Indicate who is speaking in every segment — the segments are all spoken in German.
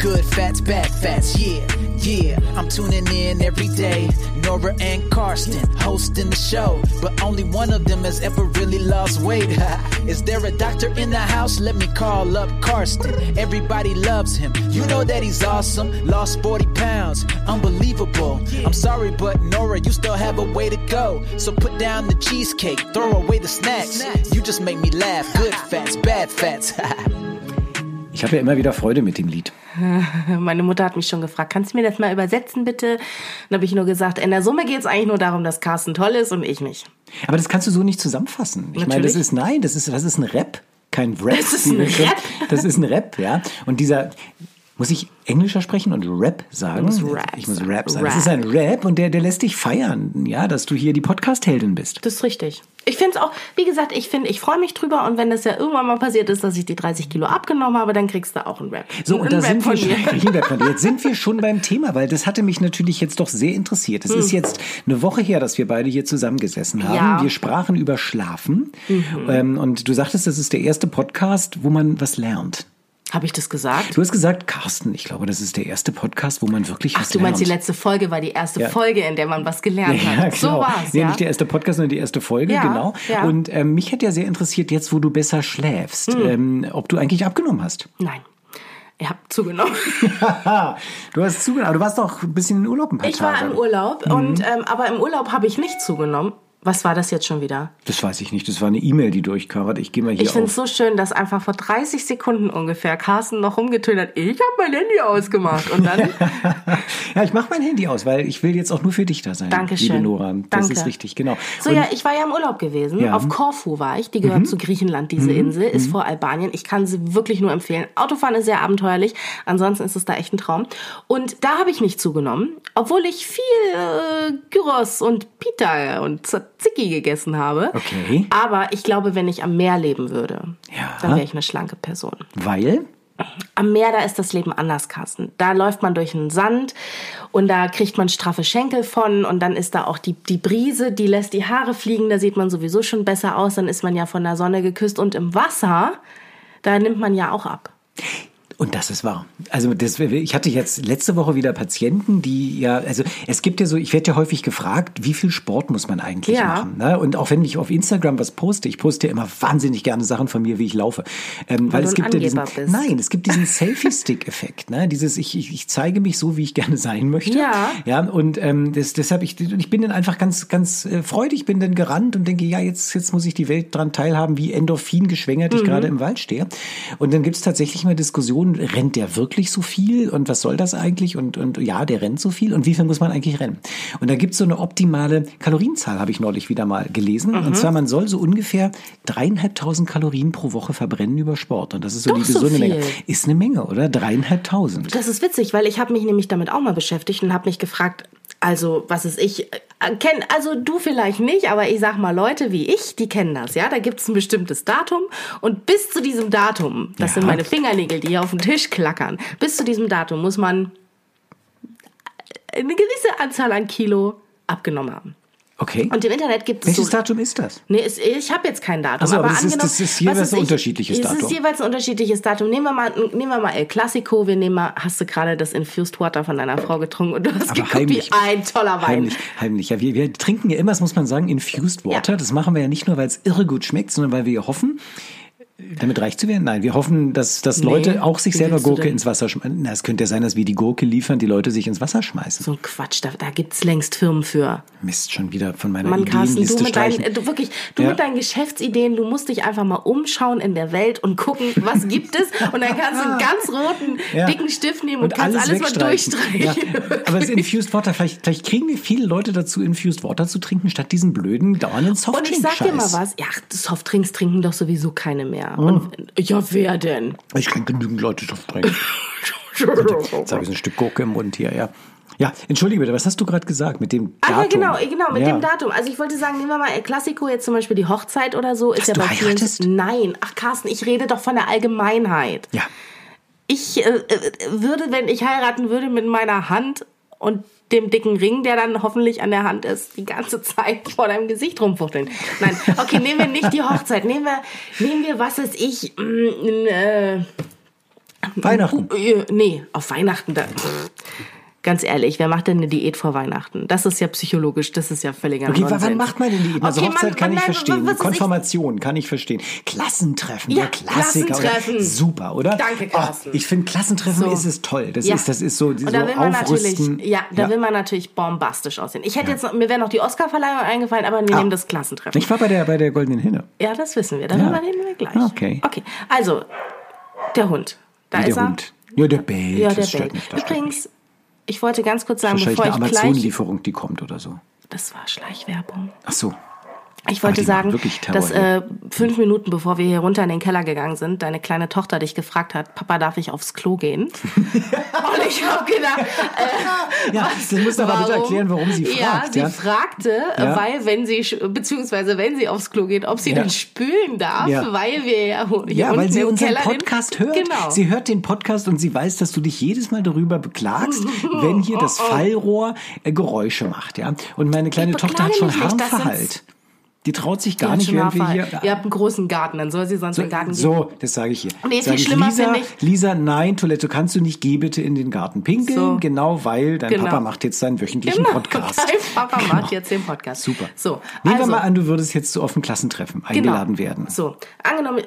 Speaker 1: Good fats, bad fats, yeah, yeah. I'm tuning in every day. Nora and Karsten hosting the show, but only one of them has ever really lost weight. Is there a doctor in the house? Let me call up Karsten. Everybody loves him. You know that he's awesome. Lost 40 pounds, unbelievable. I'm sorry, but Nora, you still have a way to go. So put down the cheesecake, throw away the snacks. You just make me laugh. Good fats, bad fats.
Speaker 2: Ich habe ja immer wieder Freude mit dem Lied.
Speaker 3: Meine Mutter hat mich schon gefragt, kannst du mir das mal übersetzen bitte? Dann habe ich nur gesagt, in der Summe geht es eigentlich nur darum, dass Carsten toll ist und ich nicht.
Speaker 2: Aber das kannst du so nicht zusammenfassen. Ich meine, das
Speaker 3: Natürlich.
Speaker 2: ist nein, das ist das ist ein Rap, kein Rap.
Speaker 3: Das ist ein Rap.
Speaker 2: Das ist ein Rap, ja. Und dieser muss ich englischer sprechen und Rap sagen?
Speaker 3: musst Rap
Speaker 2: ich muss
Speaker 3: sagen.
Speaker 2: Rap sagen.
Speaker 3: Rap.
Speaker 2: Das ist ein Rap und der, der lässt dich feiern, ja, dass du hier die Podcast-Heldin bist.
Speaker 3: Das ist richtig. Ich finde es auch, wie gesagt, ich finde, ich freue mich drüber und wenn das ja irgendwann mal passiert ist, dass ich die 30 Kilo abgenommen habe, dann kriegst du auch einen Rap.
Speaker 2: So, und
Speaker 3: einen
Speaker 2: da sind
Speaker 3: Rap
Speaker 2: wir,
Speaker 3: von
Speaker 2: schon,
Speaker 3: mir.
Speaker 2: Reden wir von dir. jetzt sind wir schon beim Thema, weil das hatte mich natürlich jetzt doch sehr interessiert.
Speaker 3: Hm.
Speaker 2: Es ist jetzt eine Woche her, dass wir beide hier zusammengesessen haben.
Speaker 3: Ja. Mhm.
Speaker 2: Wir sprachen über Schlafen ähm, und du sagtest, das ist der erste Podcast, wo man was lernt.
Speaker 3: Habe ich das gesagt?
Speaker 2: Du hast gesagt, Carsten, ich glaube, das ist der erste Podcast, wo man wirklich
Speaker 3: Ach,
Speaker 2: was
Speaker 3: du
Speaker 2: lernt.
Speaker 3: meinst, die letzte Folge war die erste
Speaker 2: Ja.
Speaker 3: Folge, in der man was gelernt
Speaker 2: ja,
Speaker 3: hat.
Speaker 2: ja,
Speaker 3: So
Speaker 2: genau.
Speaker 3: war's,
Speaker 2: nee,
Speaker 3: ja.
Speaker 2: nicht der erste Podcast, sondern die erste Folge,
Speaker 3: Ja,
Speaker 2: genau.
Speaker 3: ja.
Speaker 2: Und ähm, mich hätte ja sehr interessiert, jetzt wo du besser schläfst,
Speaker 3: Hm.
Speaker 2: ähm, ob du eigentlich abgenommen hast.
Speaker 3: Nein. Ihr habt zugenommen.
Speaker 2: du hast zugenommen, aber du warst doch ein bisschen in Urlaub ein paar
Speaker 3: Ich
Speaker 2: Tage.
Speaker 3: war im Urlaub
Speaker 2: Mhm.
Speaker 3: und ähm, aber im Urlaub habe ich nicht zugenommen. Was war das jetzt schon wieder?
Speaker 2: Das weiß ich nicht. Das war eine E-Mail, die durchkam. Warte, ich gehe mal hier
Speaker 3: Ich finde es
Speaker 2: auf.
Speaker 3: so schön, dass einfach vor 30 Sekunden ungefähr Carsten noch rumgetönt hat, ich habe mein Handy ausgemacht. Und dann,
Speaker 2: ja, ich mache mein Handy aus, weil ich will jetzt auch nur für dich da sein.
Speaker 3: Dankeschön.
Speaker 2: Liebe Nora, das
Speaker 3: Danke.
Speaker 2: ist richtig, genau.
Speaker 3: so
Speaker 2: Und
Speaker 3: ja, ich war ja im Urlaub gewesen.
Speaker 2: Ja. Mhm.
Speaker 3: Auf Korfu war ich. Die gehört zu Griechenland, diese Insel. Ist vor Albanien. Ich kann sie wirklich nur empfehlen. Autofahren ist sehr abenteuerlich. Ansonsten ist es da echt ein Traum. Und da habe ich nicht zugenommen, obwohl ich viel äh, Gyros und Pita und Tzatziki gegessen habe.
Speaker 2: Okay.
Speaker 3: Aber ich glaube, wenn ich am Meer leben würde,
Speaker 2: Ja.
Speaker 3: dann wäre ich eine schlanke Person.
Speaker 2: weil
Speaker 3: Am Meer, da ist das Leben anders, Carsten. Da läuft man durch den Sand und da kriegt man straffe Schenkel von und dann ist da auch die, die Brise, die lässt die Haare fliegen, da sieht man sowieso schon besser aus, dann ist man ja von der Sonne geküsst und im Wasser, da nimmt man ja auch ab.
Speaker 2: Und das ist wahr. Also das, ich hatte jetzt letzte Woche wieder Patienten, die ja, also es gibt ja so, ich werde ja häufig gefragt, wie viel Sport muss man eigentlich
Speaker 3: Ja.
Speaker 2: machen? Ne? Und auch wenn ich auf Instagram was poste, ich poste ja immer wahnsinnig gerne Sachen von mir, wie ich laufe. Ähm, weil
Speaker 3: du
Speaker 2: es
Speaker 3: ein
Speaker 2: gibt ja diesen,
Speaker 3: Angeber bist.
Speaker 2: nein, es gibt diesen Selfie-Stick-Effekt. Ne? Dieses, ich, ich, ich zeige mich so, wie ich gerne sein möchte.
Speaker 3: Ja.
Speaker 2: Ja, und ähm, das, deshalb, ich, ich bin dann einfach ganz, ganz äh, freudig, bin dann gerannt und denke, ja, jetzt, jetzt muss ich die Welt dran teilhaben, wie Endorphin geschwängert ich gerade im Wald stehe. Und dann gibt es tatsächlich mal Diskussionen, rennt der wirklich so viel und was soll das eigentlich? Und, und ja, der rennt so viel und wie viel muss man eigentlich rennen? Und da gibt es so eine optimale Kalorienzahl, habe ich neulich wieder mal gelesen. Und zwar, man soll so ungefähr dreieinhalbtausend Kalorien pro Woche verbrennen über Sport. Und das ist so
Speaker 3: Doch
Speaker 2: die
Speaker 3: so
Speaker 2: gesunde
Speaker 3: viel.
Speaker 2: Menge. Ist eine Menge, oder? Dreieinhalbtausend.
Speaker 3: Das ist witzig, weil ich habe mich nämlich damit auch mal beschäftigt und habe mich gefragt, also was ist ich äh, kenn also du vielleicht nicht, aber ich sag mal Leute wie ich, die kennen das, ja, da gibt's ein bestimmtes Datum und bis zu diesem Datum, das
Speaker 2: Ja.
Speaker 3: sind meine Fingernägel, die hier auf den Tisch klackern. Bis zu diesem Datum muss man äh, eine gewisse Anzahl an Kilo abgenommen haben.
Speaker 2: Okay.
Speaker 3: Und im Internet gibt es
Speaker 2: Welches
Speaker 3: so
Speaker 2: Datum ist das?
Speaker 3: Nee, es, ich habe jetzt kein Datum.
Speaker 2: Ach so, aber das ist-
Speaker 3: angenommen,
Speaker 2: das ist jeweils
Speaker 3: was weiß
Speaker 2: ein
Speaker 3: ich,
Speaker 2: unterschiedliches
Speaker 3: Es
Speaker 2: Datum.
Speaker 3: ist jeweils ein unterschiedliches Datum. Nehmen wir mal, nehmen wir mal El Clasico. Wir nehmen mal, hast du gerade das Infused Water von deiner Frau getrunken und du hast geguckt, wie ein toller Wein.
Speaker 2: Heimlich, heimlich. Ja, wir, wir trinken ja immer, das muss man sagen, Infused Water.
Speaker 3: Ja.
Speaker 2: Das machen wir ja nicht nur, weil es irre gut schmeckt, sondern weil wir ja hoffen, damit reich zu werden. Nein, wir hoffen, dass, dass Leute auch sich
Speaker 3: wie
Speaker 2: selber
Speaker 3: willst du
Speaker 2: Gurke
Speaker 3: denn?
Speaker 2: ins Wasser schmeißen. Na, Es könnte ja sein, dass wir die Gurke liefern, die Leute sich ins Wasser schmeißen.
Speaker 3: So ein Oh Quatsch, da, da gibt's längst Firmen für.
Speaker 2: Mist, schon wieder von meiner
Speaker 3: Mann, Carsten, du
Speaker 2: Ideenliste
Speaker 3: mit deinen,
Speaker 2: streichen.
Speaker 3: äh, du wirklich, du
Speaker 2: Ja.
Speaker 3: mit deinen Geschäftsideen, du musst dich einfach mal umschauen in der Welt und gucken, was gibt es. Und dann kannst du einen ganz roten,
Speaker 2: Ja.
Speaker 3: dicken Stift nehmen und, kannst alles, mal
Speaker 2: wegstreichen.
Speaker 3: durchstreichen.
Speaker 2: Ja. Aber das Infused Water, vielleicht, vielleicht kriegen wir viele Leute dazu, Infused Water zu trinken, statt diesen blöden, dauernden
Speaker 3: Und ich
Speaker 2: Softdrink-Scheiß.
Speaker 3: sag dir mal was, ja, Softdrinks trinken doch sowieso keine mehr.
Speaker 2: Hm.
Speaker 3: Und, ja, wer denn?
Speaker 2: Ich kenne genügend Leute Softdrinks. Jetzt habe ich so ein Stück Gurke im Mund hier, ja. Ja, entschuldige bitte, was hast du gerade gesagt mit dem
Speaker 3: Ah
Speaker 2: Datum?
Speaker 3: ja, genau, genau, mit
Speaker 2: Ja.
Speaker 3: dem Datum. Also ich wollte sagen, nehmen wir mal El Clasico, jetzt zum Beispiel die Hochzeit oder so, ist ja
Speaker 2: du
Speaker 3: bei vielen.
Speaker 2: heiratest?
Speaker 3: Nein, ach Carsten, ich rede doch von der Allgemeinheit.
Speaker 2: Ja,
Speaker 3: Ich äh, äh, würde, wenn ich heiraten würde, mit meiner Hand und dem dicken Ring, der dann hoffentlich an der Hand ist, die ganze Zeit vor deinem Gesicht rumfuchteln. Nein, okay, mm, nehmen wir nicht die Hochzeit, nehmen wir, nehmen wir was weiß ich, mh, n- äh,
Speaker 2: Weihnachten.
Speaker 3: Äh, Nee, auf Weihnachten. Da. pff. Ganz ehrlich, wer macht denn eine Diät vor Weihnachten? Das ist ja psychologisch, das ist ja völliger
Speaker 2: Okay,
Speaker 3: Nonsens.
Speaker 2: wann macht man denn die? Also
Speaker 3: Okay,
Speaker 2: Hochzeit
Speaker 3: man-
Speaker 2: kann
Speaker 3: man-
Speaker 2: ich
Speaker 3: nein,
Speaker 2: verstehen.
Speaker 3: was ist-
Speaker 2: Konfirmation kann ich verstehen. Klassentreffen,
Speaker 3: Ja,
Speaker 2: der Klassiker.
Speaker 3: Klassentreffen.
Speaker 2: Oder? Super, oder?
Speaker 3: Danke, Carsten.
Speaker 2: Oh, ich finde Klassentreffen
Speaker 3: So.
Speaker 2: ist es toll. Das
Speaker 3: Ja.
Speaker 2: ist das ist so, so
Speaker 3: Und da will man
Speaker 2: aufrüsten.
Speaker 3: natürlich, ja, da will man natürlich bombastisch aussehen. Ich hätte jetzt, noch- mir wäre noch die Oscar-Verleihung eingefallen, aber wir
Speaker 2: Ah.
Speaker 3: nehmen das Klassentreffen.
Speaker 2: Ich war bei der bei der goldenen Hinne.
Speaker 3: Ja, das wissen wir.
Speaker 2: Ja.
Speaker 3: Darüber reden wir gleich.
Speaker 2: Okay.
Speaker 3: Okay. Also, der Hund. Da
Speaker 2: Wie
Speaker 3: ist
Speaker 2: der
Speaker 3: er.
Speaker 2: Hund. Ja, der bellt.
Speaker 3: Ja, der
Speaker 2: das stört
Speaker 3: bellt.
Speaker 2: mich, das stört mich.
Speaker 3: Übrigens, ich wollte ganz kurz sagen,
Speaker 2: wahrscheinlich
Speaker 3: bevor
Speaker 2: eine
Speaker 3: ich gleich.
Speaker 2: Amazon-Lieferung, die kommt oder so.
Speaker 3: Das war Schleichwerbung.
Speaker 2: Ach so. Also,
Speaker 3: Ich
Speaker 2: die
Speaker 3: wollte
Speaker 2: machen
Speaker 3: sagen,
Speaker 2: wirklich Terror
Speaker 3: dass äh, fünf Minuten bevor wir hier runter in den Keller gegangen sind, deine kleine Tochter dich gefragt hat, Papa, darf ich aufs Klo gehen? Und ich habe gedacht, äh,
Speaker 2: Ja,
Speaker 3: was,
Speaker 2: das musst du aber bitte erklären, warum sie fragt,
Speaker 3: Ja,
Speaker 2: ja.
Speaker 3: sie fragte, äh,
Speaker 2: Ja.
Speaker 3: weil wenn sie, sch- beziehungsweise wenn sie aufs Klo geht, ob sie
Speaker 2: Ja.
Speaker 3: dann spülen darf,
Speaker 2: Ja.
Speaker 3: weil wir ja ho- hier
Speaker 2: Ja,
Speaker 3: unten
Speaker 2: weil sie
Speaker 3: im
Speaker 2: unseren
Speaker 3: Keller den-
Speaker 2: Podcast hört.
Speaker 3: Genau.
Speaker 2: Sie hört den Podcast und sie weiß, dass du dich jedes Mal darüber beklagst, wenn hier
Speaker 3: Oh,
Speaker 2: das Fallrohr äh, Geräusche macht, ja. Und meine kleine
Speaker 3: Ich
Speaker 2: Tochter hat
Speaker 3: beklage
Speaker 2: schon
Speaker 3: mich nicht, das
Speaker 2: Harnverhalt. Die traut sich gar
Speaker 3: Hat
Speaker 2: nicht,
Speaker 3: schon
Speaker 2: während wir
Speaker 3: Haarfall.
Speaker 2: hier.
Speaker 3: Ihr habt einen großen Garten, dann soll sie sonst in den Garten gehen.
Speaker 2: So, das sage ich hier.
Speaker 3: Nee, viel
Speaker 2: Sag ich,
Speaker 3: schlimmer
Speaker 2: Lisa,
Speaker 3: finde ich-
Speaker 2: Lisa, nein, Toilette kannst du nicht, geh bitte in den Garten pinkeln.
Speaker 3: So.
Speaker 2: Genau, weil dein
Speaker 3: Genau.
Speaker 2: Papa macht jetzt seinen wöchentlichen
Speaker 3: Genau,
Speaker 2: Podcast.
Speaker 3: dein Papa
Speaker 2: Genau.
Speaker 3: macht jetzt den Podcast.
Speaker 2: Super.
Speaker 3: So,
Speaker 2: Nehmen wir
Speaker 3: also-
Speaker 2: mal an, du würdest jetzt zu offenen Klassentreffen eingeladen werden.
Speaker 3: Genau. So, angenommen, äh,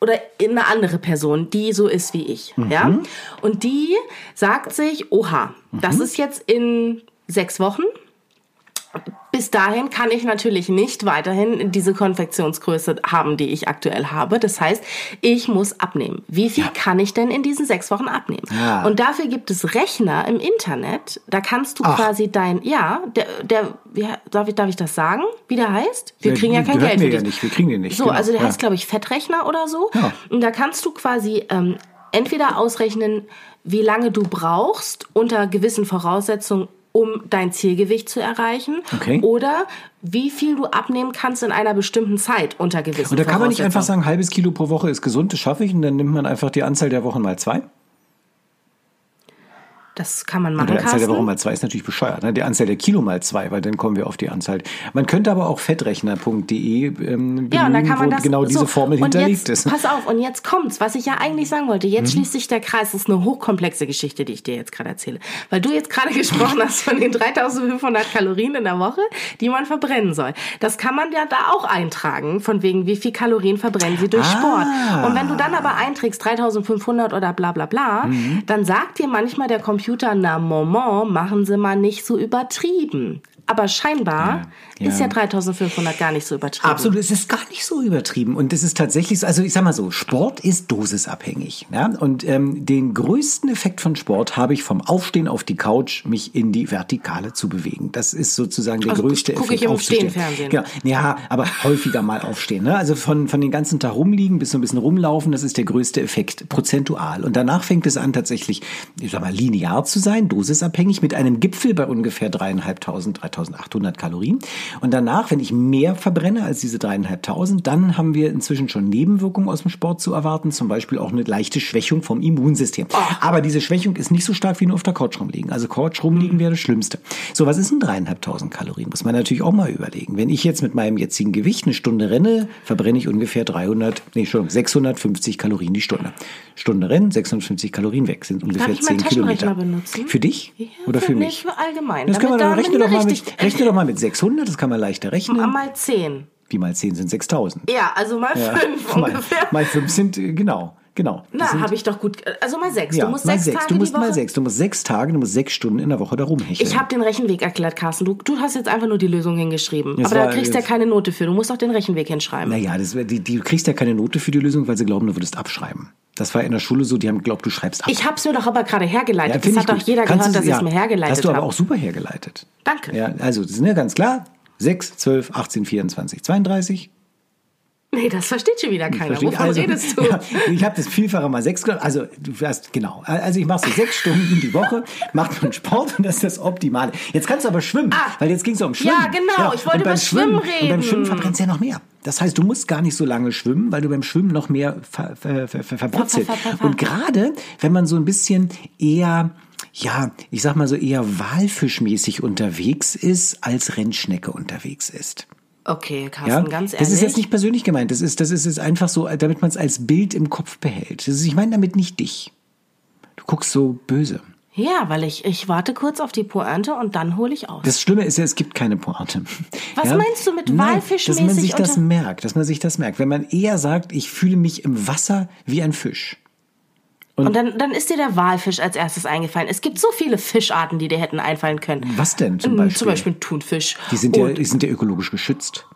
Speaker 3: oder eine andere Person, die so ist wie ich.
Speaker 2: Mhm.
Speaker 3: Ja? Und die sagt sich, oha,
Speaker 2: Mhm.
Speaker 3: das ist jetzt in sechs Wochen. Bis dahin kann ich natürlich nicht weiterhin diese Konfektionsgröße haben, die ich aktuell habe. Das heißt, ich muss abnehmen. Wie viel kann ich denn in diesen sechs Wochen abnehmen?
Speaker 2: Ja.
Speaker 3: Und dafür gibt es Rechner im Internet. Da kannst du
Speaker 2: Ach.
Speaker 3: quasi dein, ja, der, der, ja, darf ich, darf ich das sagen, wie der heißt? Wir
Speaker 2: Ja,
Speaker 3: kriegen ja kein
Speaker 2: gehört
Speaker 3: Geld
Speaker 2: mir
Speaker 3: für
Speaker 2: ja
Speaker 3: dich.
Speaker 2: nicht, wir kriegen den nicht,
Speaker 3: So,
Speaker 2: genau,
Speaker 3: also der
Speaker 2: ja.
Speaker 3: heißt, glaube ich, Fettrechner oder so.
Speaker 2: Ja.
Speaker 3: Und da kannst du quasi ähm, entweder ausrechnen, wie lange du brauchst unter gewissen Voraussetzungen, um dein Zielgewicht zu erreichen.
Speaker 2: Okay.
Speaker 3: Oder wie viel du abnehmen kannst in einer bestimmten Zeit unter gewissen
Speaker 2: Und da kann man nicht einfach
Speaker 3: Voraussetzungen.
Speaker 2: sagen, halbes Kilo pro Woche ist gesund, das schaffe ich, und dann nimmt man einfach die Anzahl der Wochen mal zwei.
Speaker 3: Das kann man machen,
Speaker 2: Oder die Anzahl der Wochen
Speaker 3: Carsten.
Speaker 2: mal zwei ist natürlich bescheuert. Ne? Die Anzahl der Kilo mal zwei, weil dann kommen wir auf die Anzahl. Man könnte aber auch fettrechner.de ähm,
Speaker 3: Ja, und da
Speaker 2: bemühen,
Speaker 3: kann man
Speaker 2: wo
Speaker 3: das
Speaker 2: genau diese
Speaker 3: so,
Speaker 2: Formel
Speaker 3: und
Speaker 2: hinterlegt
Speaker 3: jetzt,
Speaker 2: ist. Mhm.
Speaker 3: Pass auf, und jetzt kommt's, was ich ja eigentlich sagen wollte. Jetzt schließt sich der Kreis. Das ist eine hochkomplexe Geschichte, die ich dir jetzt gerade erzähle. Weil du jetzt gerade gesprochen hast von den 3500 Kalorien in der Woche, die man verbrennen soll. Das kann man ja da auch eintragen, von wegen, wie viel Kalorien verbrennen sie durch
Speaker 2: Ah.
Speaker 3: Sport. Und wenn du dann aber einträgst 3500 oder bla bla bla,
Speaker 2: Mhm.
Speaker 3: dann sagt dir manchmal der Computer, na Moment, machen sie mal nicht so übertrieben. Aber scheinbar
Speaker 2: Ja.
Speaker 3: ist ja 3500 gar nicht so übertrieben.
Speaker 2: Absolut, es ist gar nicht so übertrieben. Und es ist tatsächlich so, also ich sag mal so, Sport ist dosisabhängig. Ja? Und ähm, den größten Effekt von Sport habe ich vom Aufstehen auf die Couch, mich in die Vertikale zu bewegen. Das ist sozusagen der
Speaker 3: Also
Speaker 2: größte
Speaker 3: gucke
Speaker 2: Effekt.
Speaker 3: ich im
Speaker 2: aufzustehen.
Speaker 3: Stehenfernsehen.
Speaker 2: Genau. Ja, aber häufiger mal aufstehen. Ne? Also von, von den ganzen Tag rumliegen bis so ein bisschen rumlaufen, das ist der größte Effekt, prozentual. Und danach fängt es an, tatsächlich, ich sag mal, linear zu sein, dosisabhängig, mit einem Gipfel bei ungefähr dreieinhalbtausend, 3.800 Kalorien. Und danach, wenn ich mehr verbrenne als diese dreieinhalbtausend, dann haben wir inzwischen schon Nebenwirkungen aus dem Sport zu erwarten, zum Beispiel auch eine leichte Schwächung vom Immunsystem. Aber diese Schwächung ist nicht so stark wie nur auf der Couch rumliegen. Also Couch
Speaker 3: Hm.
Speaker 2: rumliegen wäre das Schlimmste. So, was ist denn dreieinhalbtausend Kalorien? Muss man natürlich auch mal überlegen. Wenn ich jetzt mit meinem jetzigen Gewicht eine Stunde renne, verbrenne ich ungefähr 300, nee, Entschuldigung, 650 Kalorien die Stunde. Stunde rennen, 650 Kalorien weg, sind ungefähr
Speaker 3: ich meinen
Speaker 2: 10 Kilometer.
Speaker 3: Taschenrechner benutzen?
Speaker 2: Für dich?
Speaker 3: Ja,
Speaker 2: Oder für
Speaker 3: nee,
Speaker 2: mich?
Speaker 3: für allgemein,
Speaker 2: Das können wir
Speaker 3: damit
Speaker 2: dann,
Speaker 3: damit
Speaker 2: rechne doch,
Speaker 3: wir
Speaker 2: mal mit,
Speaker 3: richtig-
Speaker 2: rechne doch mal mit 600, das kann man leichter rechnen.
Speaker 3: Mal 10.
Speaker 2: Wie mal 10 sind 6000.
Speaker 3: Ja, also mal
Speaker 2: Ja,
Speaker 3: 5
Speaker 2: mal,
Speaker 3: ungefähr.
Speaker 2: mal 5 sind, äh, genau, genau. Das
Speaker 3: Na, habe ich doch gut. Also mal 6.
Speaker 2: Ja,
Speaker 3: du musst
Speaker 2: mal
Speaker 3: 6
Speaker 2: sechs.
Speaker 3: Tage
Speaker 2: Du musst
Speaker 3: die Woche.
Speaker 2: mal sechs. Du musst sechs Tage, du musst sechs Stunden in der Woche da rumhecheln.
Speaker 3: Ich habe den Rechenweg erklärt, Carsten. Du, du hast jetzt einfach nur die Lösung hingeschrieben.
Speaker 2: Das
Speaker 3: Aber da
Speaker 2: war-
Speaker 3: kriegst du ja keine Note für. Du musst auch den Rechenweg hinschreiben.
Speaker 2: Naja, das, wär- die, die, du kriegst ja keine Note für die Lösung, weil sie glauben, du würdest abschreiben. Das war in der Schule so, die haben geglaubt, du schreibst ab.
Speaker 3: Ich hab's mir doch aber gerade
Speaker 2: Ja,
Speaker 3: hergeleitet.
Speaker 2: find
Speaker 3: das
Speaker 2: ich
Speaker 3: hat doch
Speaker 2: gut.
Speaker 3: jeder
Speaker 2: Kannst
Speaker 3: gehört,
Speaker 2: du-
Speaker 3: dass ich es mir
Speaker 2: Hast
Speaker 3: hergeleitet
Speaker 2: du aber
Speaker 3: habe.
Speaker 2: auch super hergeleitet.
Speaker 3: Danke.
Speaker 2: Ja, also, das ist ja ganz klar. 6, 12, 18, 24, 32.
Speaker 3: Nee, das versteht schon wieder keiner.
Speaker 2: Verstehe
Speaker 3: Wovon
Speaker 2: ich? Also,
Speaker 3: redest du?
Speaker 2: Ja, ich habe das vielfache mal sechs gemacht. Also du hast genau. Also ich mache so sechs Stunden die Woche, macht man Sport und das ist das Optimale. Jetzt kannst du aber schwimmen,
Speaker 3: Ah.
Speaker 2: weil jetzt ging es um Schwimmen.
Speaker 3: Ja, genau. Ich wollte
Speaker 2: und beim
Speaker 3: über Schwimmen
Speaker 2: Und beim
Speaker 3: reden.
Speaker 2: Schwimmen verbrennst du ja noch mehr. Das heißt, du musst gar nicht so lange schwimmen, weil du beim Schwimmen noch mehr ver, ver, ver, ver, verbrutzelt.
Speaker 3: Ver- ver- ver- ver-
Speaker 2: Und gerade, wenn man so ein bisschen eher ja, ich sag mal so eher walfischmäßig unterwegs ist, als Rennschnecke unterwegs ist.
Speaker 3: Okay,
Speaker 2: Ja?
Speaker 3: Carsten, ganz ehrlich.
Speaker 2: das ist jetzt nicht persönlich gemeint. Das ist, das ist jetzt einfach so, damit man es als Bild im Kopf behält. Das ist, ich meine damit nicht dich. guckst so böse.
Speaker 3: Ja, weil ich, ich warte kurz auf die Pointe und dann hole ich aus.
Speaker 2: Das Schlimme ist ja, es gibt keine Pointe.
Speaker 3: Was
Speaker 2: ja?
Speaker 3: meinst du mit
Speaker 2: Nein,
Speaker 3: walfischmäßig
Speaker 2: Dass man sich das
Speaker 3: unter-
Speaker 2: merkt, dass man sich das merkt. Wenn man eher sagt, ich fühle mich im Wasser wie ein Fisch.
Speaker 3: Und dann, dann ist dir der Walfisch als erstes eingefallen. Es gibt so viele Fischarten, die dir hätten einfallen können.
Speaker 2: Was denn zum
Speaker 3: Ähm,
Speaker 2: Beispiel?
Speaker 3: Zum Beispiel ein Thunfisch.
Speaker 2: Die sind, ja,
Speaker 3: Und-
Speaker 2: die sind ja ökologisch geschützt.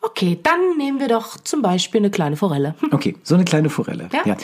Speaker 3: Okay, dann nehmen wir doch zum Beispiel eine kleine Forelle. Hm,
Speaker 2: Okay, so eine kleine Forelle.
Speaker 3: Ja.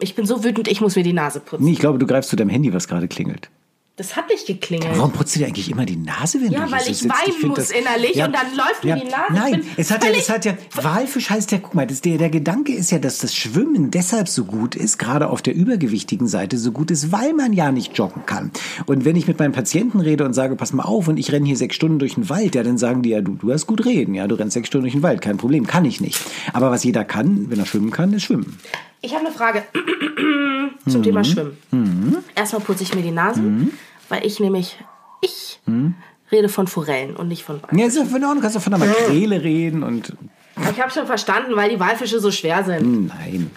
Speaker 3: Ich bin so wütend, ich muss mir die Nase putzen.
Speaker 2: Nee, ich glaube, du greifst zu deinem Handy, was gerade klingelt.
Speaker 3: Das hat nicht geklingelt.
Speaker 2: Warum putzt du dir eigentlich immer die Nase, wenn
Speaker 3: Ja,
Speaker 2: du
Speaker 3: weil
Speaker 2: hier
Speaker 3: ich
Speaker 2: sitzt?
Speaker 3: weinen
Speaker 2: find
Speaker 3: muss innerlich und dann läuft mir die Nase. Ich
Speaker 2: Nein,
Speaker 3: bin
Speaker 2: es hat ja,
Speaker 3: völlig-
Speaker 2: es hat ja, Walfisch heißt ja, guck mal, das, der, der Gedanke ist ja, dass das Schwimmen deshalb so gut ist, gerade auf der übergewichtigen Seite so gut ist, weil man ja nicht joggen kann. Und wenn ich mit meinen Patienten rede und sage, pass mal auf, und ich renne hier sechs Stunden durch den Wald, ja, dann sagen die ja, du, du hast gut reden, ja, du rennst sechs Stunden durch den Wald, kein Problem, kann ich nicht. Aber was jeder kann, wenn er schwimmen kann, ist schwimmen.
Speaker 3: Ich habe eine Frage zum
Speaker 2: Mhm.
Speaker 3: Thema Schwimmen. Erstmal putze ich mir die Nase, weil ich nämlich, ich
Speaker 2: Mhm.
Speaker 3: rede von Forellen und nicht von Walfischen.
Speaker 2: Ja, ist ja in Ordnung, kannst du von einer Makrele reden und,
Speaker 3: Ich habe schon verstanden, weil die Walfische so schwer sind.
Speaker 2: nein.